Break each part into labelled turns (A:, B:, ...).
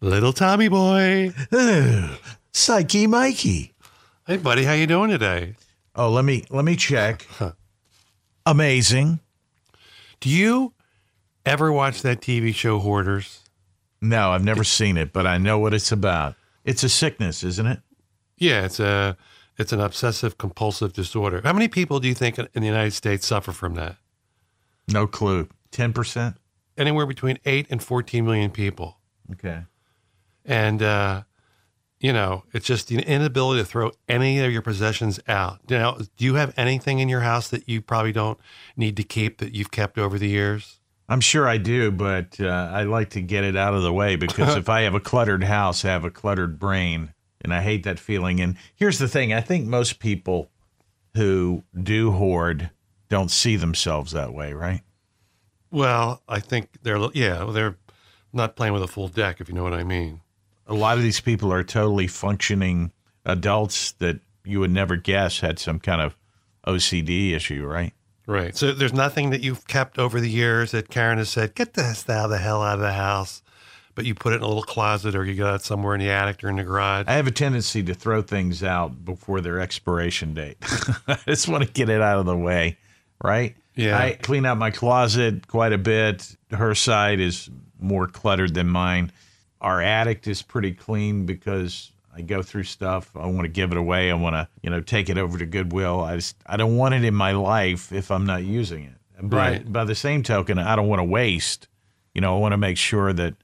A: Little Tommy boy.
B: Ugh, Psyche Mikey.
A: Hey, buddy, how you doing today?
B: Oh, let me let me check. Amazing.
A: Do you ever watch that TV show Hoarders?
B: No, I've never seen it, but I know what it's about. It's a sickness, isn't it?
A: Yeah, it's a it's an obsessive compulsive disorder. How many people do you think in the United States suffer from that?
B: No clue. Ten percent.
A: Anywhere between eight and fourteen million people.
B: Okay.
A: and uh, you know it's just the inability to throw any of your possessions out now do you have anything in your house that you probably don't need to keep that you've kept over the years
B: I'm sure I do, but uh, I like to get it out of the way because if I have a cluttered house, I have a cluttered brain, and I hate that feeling. And here's the thing: I think most people who do hoard don't see themselves that way, right?
A: well i think they're yeah they're not playing with a full deck if you know what i mean
B: a lot of these people are totally functioning adults that you would never guess had some kind of OCD issue, right?
A: right so there's nothing that you've kept over the years that karen has said get this out of the hell out of the house but you put it in a little closet or you got it somewhere in the attic or in the garage
B: I have a tendency to throw things out before their expiration date. I just want to get it out of the way, right?
A: Yeah.
B: I clean out my closet quite a bit. Her side is more cluttered than mine. Our attic is pretty clean because I go through stuff. I want to give it away. I want to, you know, take it over to Goodwill. I just I don't want it in my life if I'm not using it. But
A: Right.
B: by the same token, I don't want to waste. You know, I want to make sure that,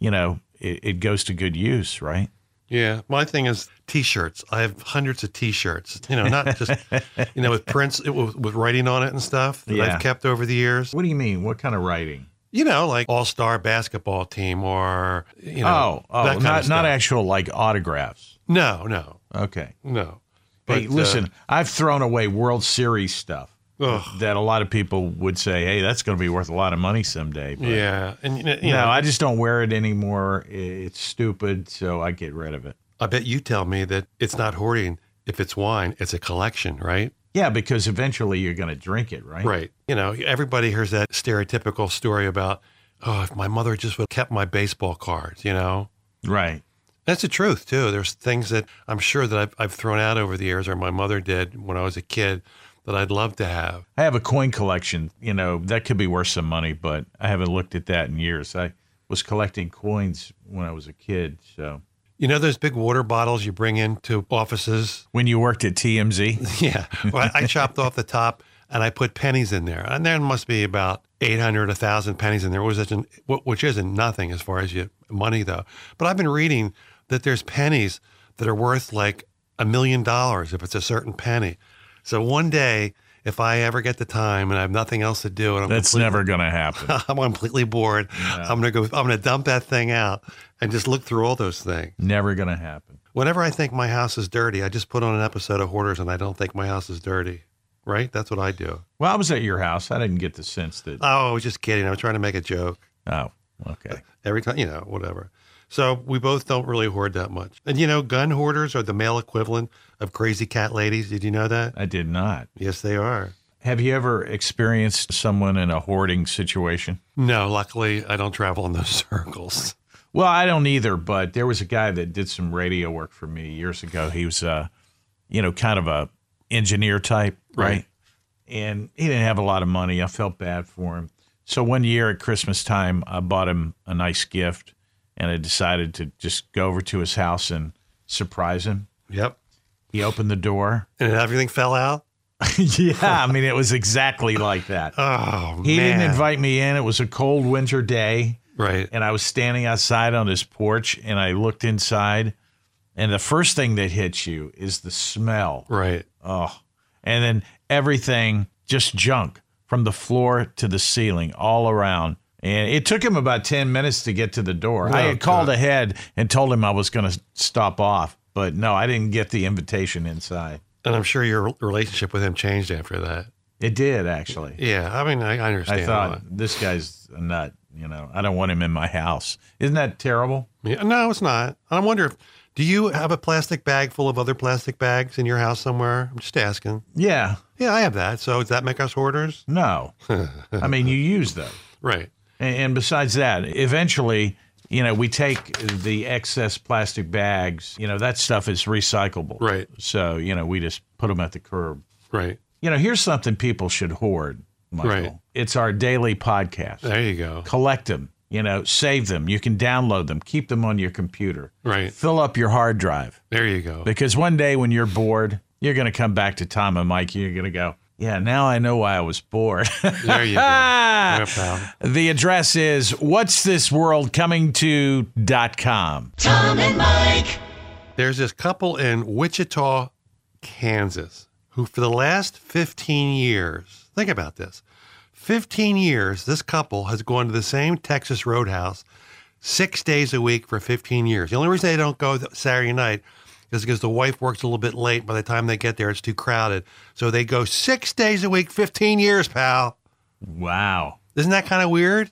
B: you know, it, it goes to good use, right?
A: Yeah, my thing is T-shirts. I have hundreds of T-shirts. You know, not just you know with prints it, with, with writing on it and stuff that
B: Yeah.
A: I've kept over the years.
B: What do you mean? What kind of writing?
A: You know, like All Star basketball team or you know,
B: oh, oh,
A: that kind
B: not
A: of
B: not
A: stuff.
B: actual like autographs.
A: no, no,
B: Okay.
A: no.
B: hey,
A: But, uh,
B: listen, I've thrown away World Series stuff
A: ugh,
B: that a lot of people would say, "Hey, that's going to be worth a lot of money someday." But
A: yeah, and you know, you
B: You know,
A: know,
B: I just don't wear it anymore. I- It's stupid, so I get rid of it.
A: I bet you tell me that it's not hoarding. If it's wine, it's a collection, right?
B: Yeah, because eventually you're going to drink it, right?
A: Right. You know, everybody hears that stereotypical story about, oh, if my mother just would have kept my baseball cards, you know?
B: Right.
A: That's the truth too. There's things that I'm sure that I've, I've thrown out over the years, or my mother did when I was a kid, that I'd love to have.
B: I have a coin collection. You know, that could be worth some money, but I haven't looked at that in years. I was collecting coins when I was a kid. So
A: You know those big water bottles you bring into offices?
B: when you worked at TMZ,
A: Yeah. Well, I, I chopped off the top and I put pennies in there, and there must be about 800, 1,000 pennies in there, which isn't, which isn't nothing as far as you, money though. But I've been reading that there's pennies that are worth like a million dollars if it's a certain penny. So one day, if I ever get the time and I have nothing else to do, and I'm
B: that's
A: completely-
B: never going to happen.
A: I'm completely bored. I'm gonna go. I'm gonna dump that thing out and just look through all those things.
B: Never going to happen.
A: Whenever I think my house is dirty, I just put on an episode of Hoarders, and I don't think my house is dirty. Right? That's what I do.
B: Well, I was at your house. I didn't get the sense that.
A: Oh, I was just kidding. I was trying to make a joke.
B: Oh, okay.
A: Every time, you know, whatever. So we both don't really hoard that much. And you know, gun hoarders are the male equivalent of crazy cat ladies. Did you know that?
B: I did not.
A: Yes, they are.
B: Have you ever experienced someone in a hoarding situation?
A: No, luckily I don't travel in those circles.
B: Well, I don't either, but there was a guy that did some radio work for me years ago. He was, uh, you know, kind of a engineer type, right?
A: Right.
B: And he didn't have a lot of money. I felt bad for him. So one year at Christmas time, I bought him a nice gift, and I decided to just go over to his house and surprise him.
A: Yep.
B: He opened the door.
A: And everything fell out.
B: yeah, I mean, it was exactly like that.
A: Oh
B: He
A: man.
B: didn't invite me in. It was a cold winter day,
A: Right.
B: and I was standing outside on his porch, and I looked inside, and the first thing that hits you is the smell.
A: Right.
B: Oh, and then everything just junk from the floor to the ceiling, all around. And it took him about ten minutes to get to the door. I
A: Oh,
B: had called
A: God.
B: ahead and told him I was going to stop off, but no, I didn't get the invitation inside.
A: And I'm sure your relationship with him changed after that.
B: It did actually.
A: Yeah, I mean, I, I understand.
B: I
A: why.
B: thought this guy's a nut. You know, I don't want him in my house. Isn't that terrible?
A: Yeah, no, it's not. I wonder if do you have a plastic bag full of other plastic bags in your house somewhere? I'm just asking.
B: Yeah.
A: Yeah, I have that. So does that make us hoarders?
B: No. I mean, you use those.
A: Right.
B: And, and besides that, eventually, you know, we take the excess plastic bags, you know, that stuff is recyclable.
A: Right.
B: So, you know, we just put them at the curb.
A: Right.
B: You know, here's something people should hoard, Michael.
A: Right.
B: It's our daily podcast.
A: There you go.
B: Collect them, you know, save them. You can download them, keep them on your computer,
A: Right.
B: fill up your hard drive.
A: There you go.
B: Because one day when you're bored, you're going to come back to Tom and Mike. You're going to go, yeah, now I know why I was bored.
A: There you go. Yeah, pal.
B: the address is what's this world coming to.com.
C: Tom and Mike.
A: There's this couple in Wichita, Kansas, who for the last 15 years, think about this 15 years, this couple has gone to the same Texas Roadhouse six days a week for 15 years. The only reason they don't go th- Saturday night is because the wife works a little bit late. By the time they get there, it's too crowded. So they go six days a week, 15 years, pal.
B: Wow.
A: Isn't that kind of weird?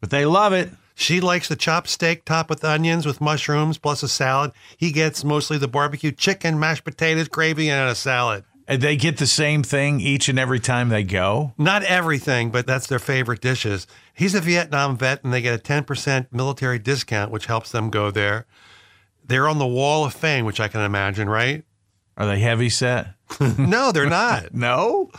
B: But they love it.
A: She likes the chopped steak topped with onions with mushrooms plus a salad. He gets mostly the barbecue chicken, mashed potatoes, gravy, and a salad.
B: And Uh, They get the same thing each and every time they go.
A: Not everything, but that's their favorite dishes. He's a Vietnam vet and they get a 10% military discount, which helps them go there. They're on the wall of fame, which I can imagine, right?
B: Are they heavy set?
A: No, they're not.
B: No.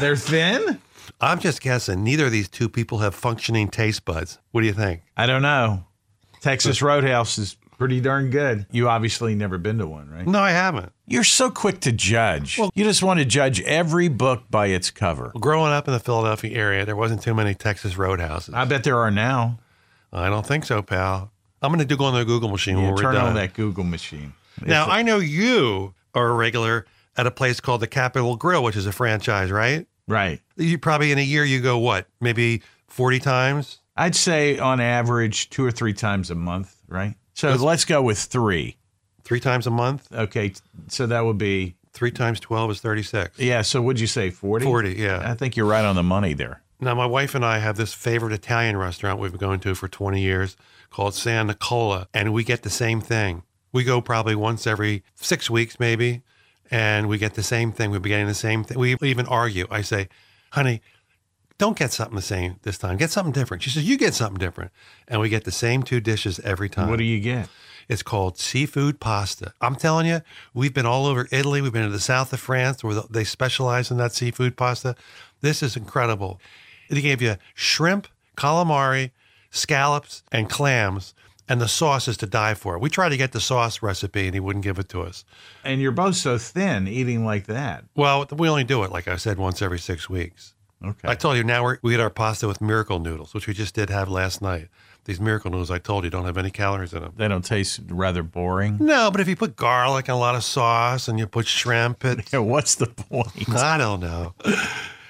B: They're thin?
A: I'm just guessing neither of these two people have functioning taste buds. What do you think?
B: I don't know. Texas Roadhouse is pretty darn good. You obviously never been to one, right?
A: No, I haven't.
B: You're so quick to judge. you just want to judge every book by its cover.
A: Growing up in the Philadelphia area, there wasn't too many Texas roadhouses.
B: I bet there are now.
A: I don't think so, pal. I'm going to do go on the Google machine when
B: Yeah,
A: we're
B: turn
A: done.
B: on that Google machine.
A: Now, I know you are a regular at a place called the Capitol Grill, which is a franchise, right?
B: Right.
A: You probably in a year you go what, maybe 40 times?
B: I'd say on average two or three times a month, right? So let's go with three.
A: Three times a month?
B: Okay. t- So that would be,
A: Three times 12 is 36.
B: yeah. So would you say 40?
A: 40, yeah.
B: I think you're right on the money there.
A: Now, my wife and I have this favorite Italian restaurant we've been going to for 20 years called San Nicola, and we get the same thing. We go probably once every six weeks, maybe, and we get the same thing. We've been getting the same thing. We even argue. I say, honey, don't get something the same this time. Get something different. She says, you get something different. And we get the same two dishes every time.
B: What do you get?
A: It's called seafood pasta. I'm telling you, we've been all over Italy. We've been to the south of France where they specialize in that seafood pasta. This is incredible. They gave you shrimp, calamari, scallops, and clams, and the sauce is to die for. We tried to get the sauce recipe and he wouldn't give it to us.
B: And you're both so thin eating like that.
A: Well, we only do it, like I said, once every six weeks.
B: Okay.
A: I told you now we're, we get our pasta with miracle noodles, which we just did have last night. These miracle noodles, I told you, don't have any calories in them.
B: they don't taste rather boring.
A: No, but if you put garlic and a lot of sauce and you put shrimp, it,
B: Yeah, what's the point?
A: I don't know.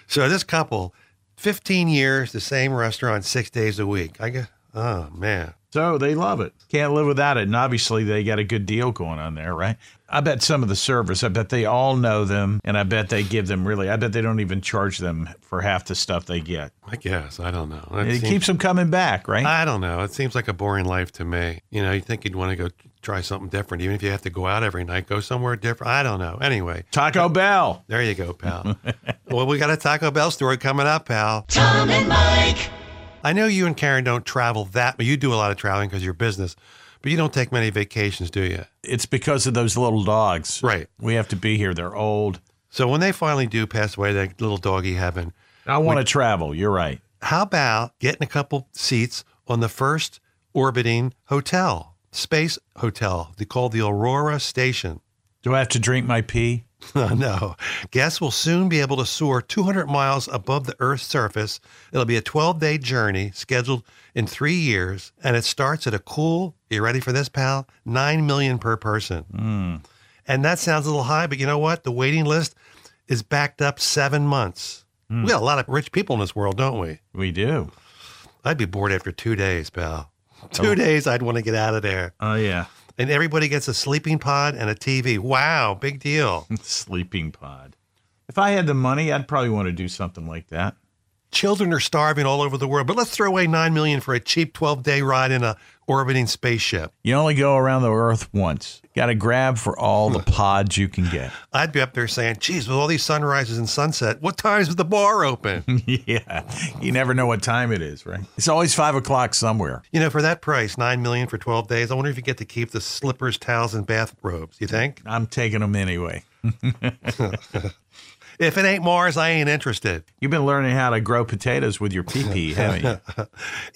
A: So this couple, 15 years, the same restaurant, six days a week. I guess, oh man.
B: So they love it. Can't live without it. And obviously, they got a good deal going on there, right? I bet some of the servers, I bet they all know them. And I bet they give them really, I bet they don't even charge them for half the stuff they get.
A: I guess, I don't know. That
B: It
A: seems-
B: keeps them coming back, right?
A: I don't know. It seems like a boring life to me. You know, you think you'd want to go try something different, even if you have to go out every night, go somewhere different. I don't know. Anyway,
B: Taco Bell.
A: there you go, pal. well, we got a Taco Bell story coming up, pal.
C: Tom and Mike.
A: I know you and Karen don't travel that, but you do a lot of traveling because of your business, but you don't take many vacations, do you?
B: It's because of those little dogs.
A: Right.
B: We have to be here. They're old.
A: So when they finally do pass away, that little doggy heaven,
B: I want to travel. You're right.
A: how about getting a couple seats on the first orbiting hotel, space hotel? They call the Aurora Station.
B: Do I have to drink my pee?
A: no, guests will soon be able to soar 200 miles above the Earth's surface. It'll be a 12 day journey scheduled in three years, and it starts at a cool, you ready for this, pal? Nine million per person. And that sounds a little high, but you know what? The waiting list is backed up seven months. We got a lot of rich people in this world, don't we?
B: We do.
A: I'd be bored after two days, pal. Two days, I'd want to get out of there.
B: Oh, yeah.
A: And everybody gets a sleeping pod and a TV. Wow, big deal.
B: Sleeping pod. If I had the money, I'd probably want to do something like that.
A: Children are starving all over the world, but let's throw away nine million for a cheap twelve-day ride in a orbiting spaceship.
B: You only go around the earth once. Got to grab for all the pods you can get.
A: I'd be up there saying, "Geez, with all these sunrises and sunset, what times is the bar open?"
B: yeah. You never know what time it is, right? It's always five o'clock somewhere.
A: you know, for that price, nine million for twelve days. I wonder if you get to keep the slippers, towels, and bathrobes. You think?
B: I'm taking them anyway.
A: If it ain't Mars, I ain't interested.
B: You've been learning how to grow potatoes with your pee pee, haven't you?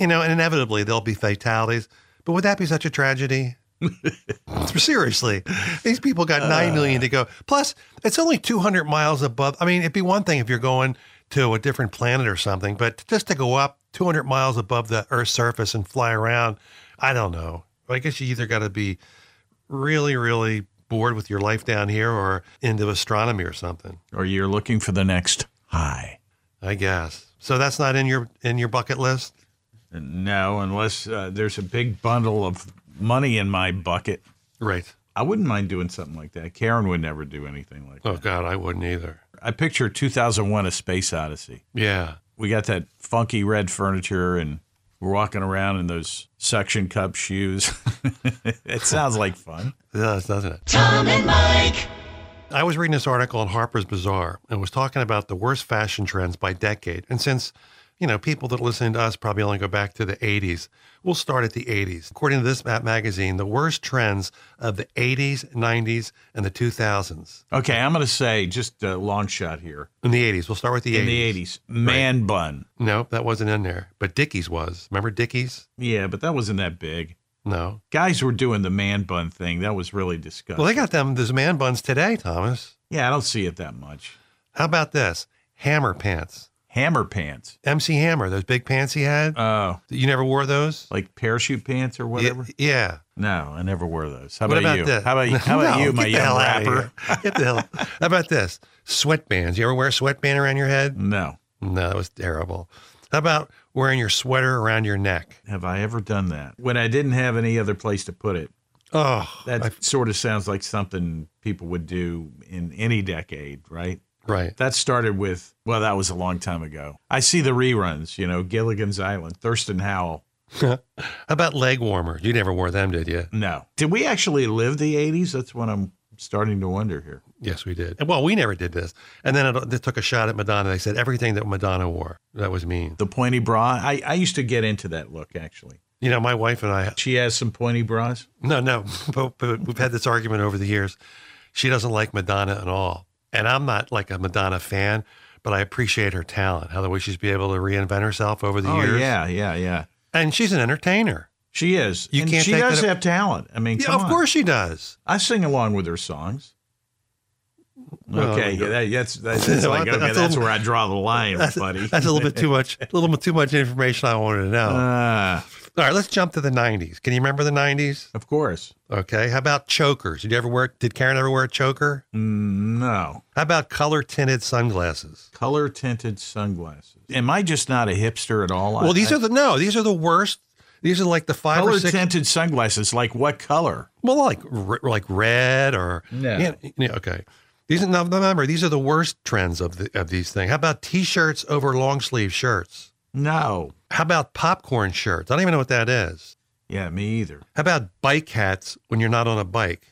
A: You know, and inevitably there'll be fatalities. But would that be such a tragedy? Seriously, these people got nine million to go. Plus, it's only two hundred miles above. I mean, it'd be one thing if you're going to a different planet or something, but just to go up two hundred miles above the Earth's surface and fly around, I don't know. I guess you either got to be really, really bored with your life down here, or into astronomy or something.
B: Or you're looking for the next high.
A: I guess. So that's not in your in your bucket list.
B: No, unless uh, there's a big bundle of money in my bucket.
A: Right.
B: I wouldn't mind doing something like that. Karen would never do anything like that.
A: Oh God, I wouldn't either.
B: I picture 2001 A Space Odyssey.
A: Yeah.
B: we got that funky red furniture and we're walking around in those suction cup shoes. it sounds like fun.
A: It does, doesn't it?
C: Tom and Mike.
A: I was reading this article in Harper's Bazaar and was talking about the worst fashion trends by decade. And since, you know, people that listen to us probably only go back to the 80s, we'll start at the 80s. According to this map magazine, the worst trends of the 80s, 90s, and the 2000s.
B: Okay, I'm going to say just a long shot here.
A: In the 80s, we'll start with the
B: In
A: 80s.
B: the 80s, man bun.
A: No, that wasn't in there. But Dickies was. Remember Dickies?
B: Yeah, but that wasn't that big.
A: No.
B: Guys were doing the man bun thing. That was really disgusting.
A: Well, they got them, those man buns today, Thomas.
B: yeah, I don't see it that much.
A: How about this? Hammer pants.
B: Hammer pants.
A: MC Hammer, those big pants he had.
B: Oh,
A: you never wore those?
B: like parachute pants or
A: Yeah,
B: whatever.
A: yeah.
B: No, I never wore those. How
A: What about
B: about, you?
A: this?
B: How about you? How about
A: No,
B: you, my
A: get the
B: young
A: hell outta
B: rapper?
A: here. Get the hell. How about this? Sweatbands. You ever wear a sweatband around your head?
B: No.
A: No, that was terrible. How about wearing your sweater around your neck?
B: Have I ever done that? When I didn't have any other place to put it.
A: Oh,
B: That sort of sounds like something people would do in any decade, right?
A: right.
B: That started with, well, that was a long time ago. I see the reruns, you know, Gilligan's Island, Thurston Howell.
A: How about leg warmers? You never wore them, did you?
B: No. Did we actually live the 80s? That's what I'm starting to wonder here.
A: Yes, we did. Well, we never did this. And then it, they took a shot at Madonna. They said everything that Madonna wore. That was mean.
B: The pointy bra, I, I used to get into that look, actually.
A: You know, my wife and I,
B: She has some pointy bras.
A: No, no. But, but we've had this argument over the years. She doesn't like Madonna at all. And I'm not like a Madonna fan, but I appreciate her talent, how the way she's been able to reinvent herself over the
B: Oh,
A: years.
B: yeah, yeah, yeah.
A: And she's an entertainer.
B: She is.
A: You
B: and
A: can't
B: she
A: take
B: does
A: that-
B: have talent. I mean,
A: Yeah,
B: come
A: of
B: on.
A: course she does.
B: I sing along with her songs.
A: Well,
B: Okay,
A: there
B: yeah,
A: we
B: that, that's that's, that's
A: Well,
B: like
A: that-
B: okay,
A: that's
B: that's,
A: a little-
B: where I draw the line,
A: That's,
B: buddy.
A: that's a little bit too much, a little bit too much information I wanted to know.
B: Ah,
A: All right, let's jump to the 90s. Can you remember the 90s?
B: of course.
A: Okay. How about chokers? Did you ever wear, did Karen ever wear a choker?
B: Mm, No,
A: How about color tinted sunglasses?
B: color tinted sunglasses. Am I just not a hipster at all?
A: Well, these are the, no, these are the worst. These are like the five or
B: color
A: six
B: tinted sunglasses. Like what color?
A: Well, like re- like red or
B: No.
A: yeah, yeah, okay. These are, now remember these are the worst trends of the, of these things. How about t-shirts over long sleeve shirts?
B: No.
A: How about popcorn shirts? I don't even know what that is.
B: Yeah, me either.
A: How about bike hats when you're not on a bike?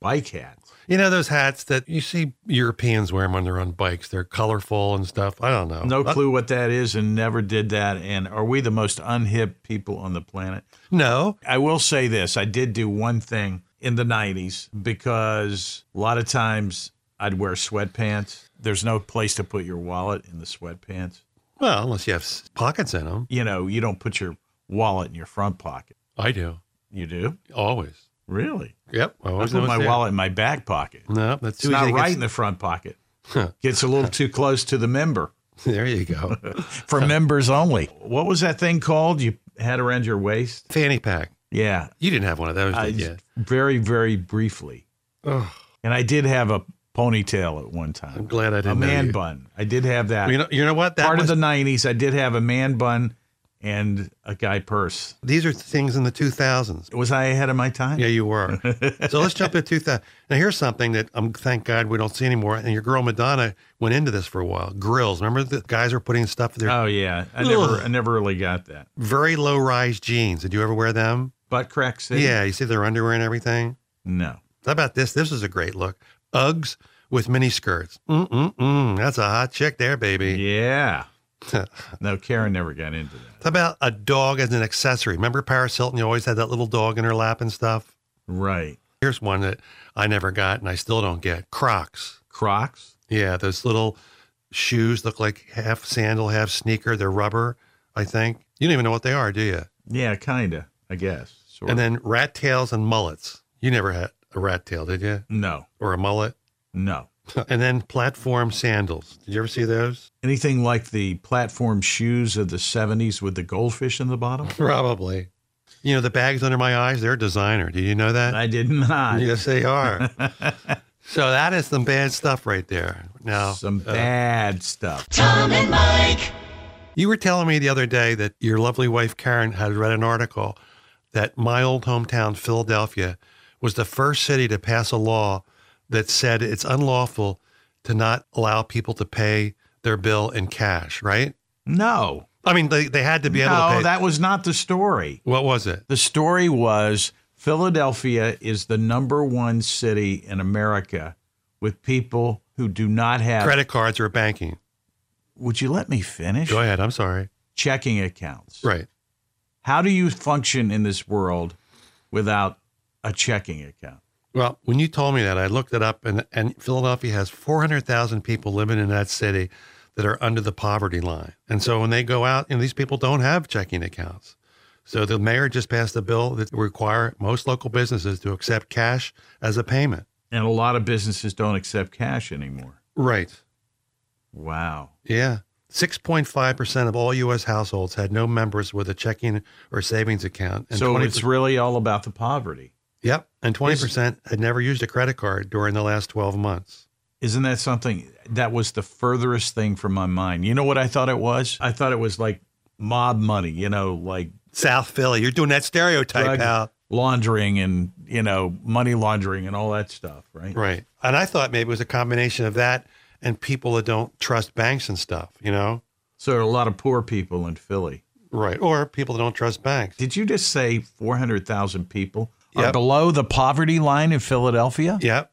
B: Bike hats.
A: You know those hats that you see Europeans wear 'em when they're on bikes. They're colorful and stuff. I don't know.
B: No
A: Uh,
B: clue what that is, and never did that. And are we the most unhip people on the planet?
A: no.
B: I will say this I did do one thing in the 90s because a lot of times I'd wear sweatpants. There's no place to put your wallet in the sweatpants.
A: Well, unless you have s- pockets in them.
B: You know, you don't put your wallet in your front pocket.
A: I do
B: You do?
A: always.
B: Really?
A: Yep. I
B: I
A: always
B: put
A: know
B: my
A: it's there.
B: wallet in my back pocket.
A: No, that's
B: It's not right in the front pocket. Gets a little too close to the member
A: there you go.
B: for members only. What was that thing called you had around your waist?
A: Fanny pack.
B: Yeah.
A: You didn't have one of those,
B: I,
A: did you?
B: Very, very briefly.
A: Oh,
B: And I did have a ponytail at one time.
A: I'm glad I
B: a
A: didn't. know
B: man
A: you.
B: bun. I did have that.
A: You know, you know what? That
B: Part
A: was,
B: of the '90s, I did have a man bun and a guy purse.
A: These are things in the 2000s.
B: Was I ahead of my time?
A: Yeah, you were. so let's jump into 2000. Now, here's something that I'm thank God we don't see anymore. And your girl Madonna went into this for a while. Grills. Remember the guys were putting stuff in their
B: Oh yeah, I never, I never really got that.
A: very low rise jeans. Did you ever wear them?
B: Butt crack city.
A: Yeah, you see their underwear and everything.
B: No.
A: How about this? This is a great look. Uggs with mini skirts. Mm-mm-mm. That's a hot chick there, baby.
B: Yeah. no, Karen never got into that.
A: How about a dog as an accessory? Remember Paris Hilton? You always had that little dog in her lap and stuff.
B: Right.
A: Here's one that I never got and I still don't get. Crocs.
B: Crocs.
A: Yeah, those little shoes look like half sandal, half sneaker. They're rubber, I think. You don't even know what they are, do you?
B: Yeah, kinda. I guess. Sort
A: And then rat tails and mullets. You never had a rat tail, did you?
B: no,
A: Or a mullet?
B: no.
A: and then platform sandals. Did you ever see those?
B: Anything like the platform shoes of the '70s with the goldfish in the bottom?
A: Probably. You know, the bags under my eyes, they're designer. Did you know that?
B: I did not.
A: yes, they are. so that is some bad stuff right there. Now, uh,
B: Some bad stuff.
C: Tom and Mike.
A: you were telling me the other day that your lovely wife, Karen, had read an article that my old hometown, Philadelphia, was the first city to pass a law that said it's unlawful to not allow people to pay their bill in cash, right?
B: No,
A: I mean, they, they had to be able to
B: no,
A: pay.
B: Oh, that was not the story.
A: what was it?
B: The story was Philadelphia is the number one city in America with people who do not have.
A: credit cards or banking.
B: Would you let me finish?
A: Go ahead. I'm sorry.
B: Checking accounts.
A: Right.
B: How do you function in this world without a checking account?
A: Well, when you told me that, I looked it up, and, and Philadelphia has 400,000 people living in that city that are under the poverty line. And so when they go out, and these people don't have checking accounts. So the mayor just passed a bill that require most local businesses to accept cash as a payment.
B: And a lot of businesses don't accept cash anymore.
A: Right.
B: Wow.
A: Yeah. 6.5% of all U.S. households had no members with a checking or savings account. And
B: so
A: 20
B: it's really all about the poverty.
A: Yep. And 20% had never used a credit card during the last 12 months.
B: Isn't that something that was the furthest thing from my mind? You know what I thought it was? I thought it was like mob money, you know, like
A: South Philly, you're doing that stereotype
B: drug
A: out.
B: laundering and, you know, money laundering and all that stuff, right?
A: Right. And I thought maybe it was a combination of that and people that don't trust banks and stuff, you know?
B: So there are a lot of poor people in Philly.
A: Right. Or people that don't trust banks.
B: Did you just say 400,000 people are
A: Yep.
B: below the poverty line in Philadelphia?
A: Yep.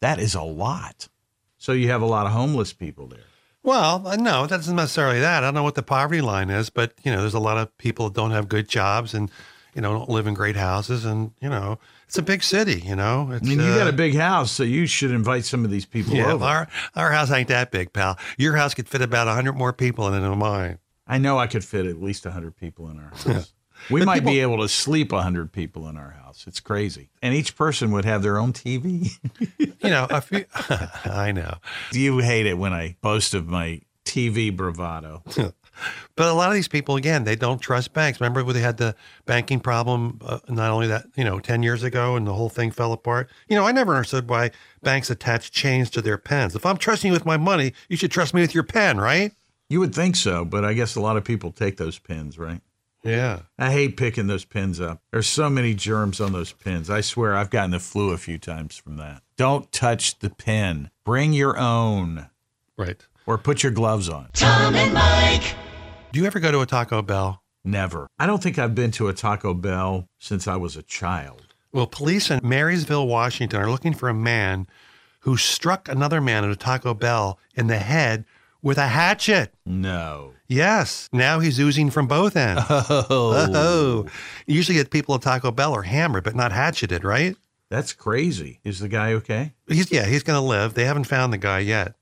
B: That is a lot. So you have a lot of homeless people there.
A: Well, uh, no, that's not necessarily that. I don't know what the poverty line is, but, you know, there's a lot of people that don't have good jobs and, you know, don't live in great houses. And, you know, it's a big city, you know? It's,
B: I mean, you
A: uh,
B: got a big house, so you should invite some of these people
A: Yeah,
B: over.
A: our, our house ain't that big, pal. Your house could fit about 100 more people in it than mine.
B: I know I could fit at least 100 people in our house. We
A: But
B: might be
A: people-
B: able to sleep 100 people in our house. It's crazy. And each person would have their own TV.
A: You know, a few, I know.
B: you hate it when I boast of my TV bravado.
A: But a lot of these people, again, they don't trust banks. Remember when they had the banking problem, uh, not only that, you know, 10 years ago and the whole thing fell apart? You know, I never understood why banks attach chains to their pens. If I'm trusting you with my money, you should trust me with your pen, right?
B: You would think so, but I guess a lot of people take those pins, right?
A: Yeah.
B: I hate picking those pins up. There's so many germs on those pins. I swear I've gotten the flu a few times from that. Don't touch the pin. Bring your own
A: Right.
B: or put your gloves on.
C: Tom and Mike.
A: Do you ever go to a Taco Bell?
B: Never. I don't think I've been to a Taco Bell since I was a child.
A: Well, police in Marysville, Washington are looking for a man who struck another man at a Taco Bell in the head with a hatchet.
B: No.
A: Yes. Now he's oozing from both ends.
B: Oh,
A: Oh, usually the people at Taco Bell are hammered, but not hatcheted, right?
B: that's crazy. Is the guy okay?
A: He's yeah, he's gonna live. They haven't found the guy yet.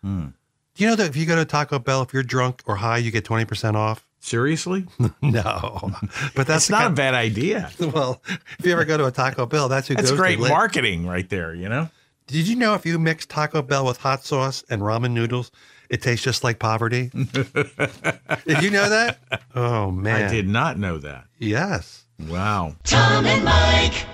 B: Hmm.
A: Do you know that if you go to Taco Bell, if you're drunk or high, you get twenty percent off?
B: Seriously?
A: No, but that's
B: That's
A: the
B: not a bad idea.
A: kind- well. If you ever go to a Taco Bell, that's who
B: That's
A: goes
B: great
A: to. la-
B: marketing right there, you know?
A: Did you know if you mix Taco Bell with hot sauce and ramen noodles, it tastes just like poverty? Did you know that? Oh man,
B: I did not know that.
A: Yes.
B: Wow.
C: Tom and Mike.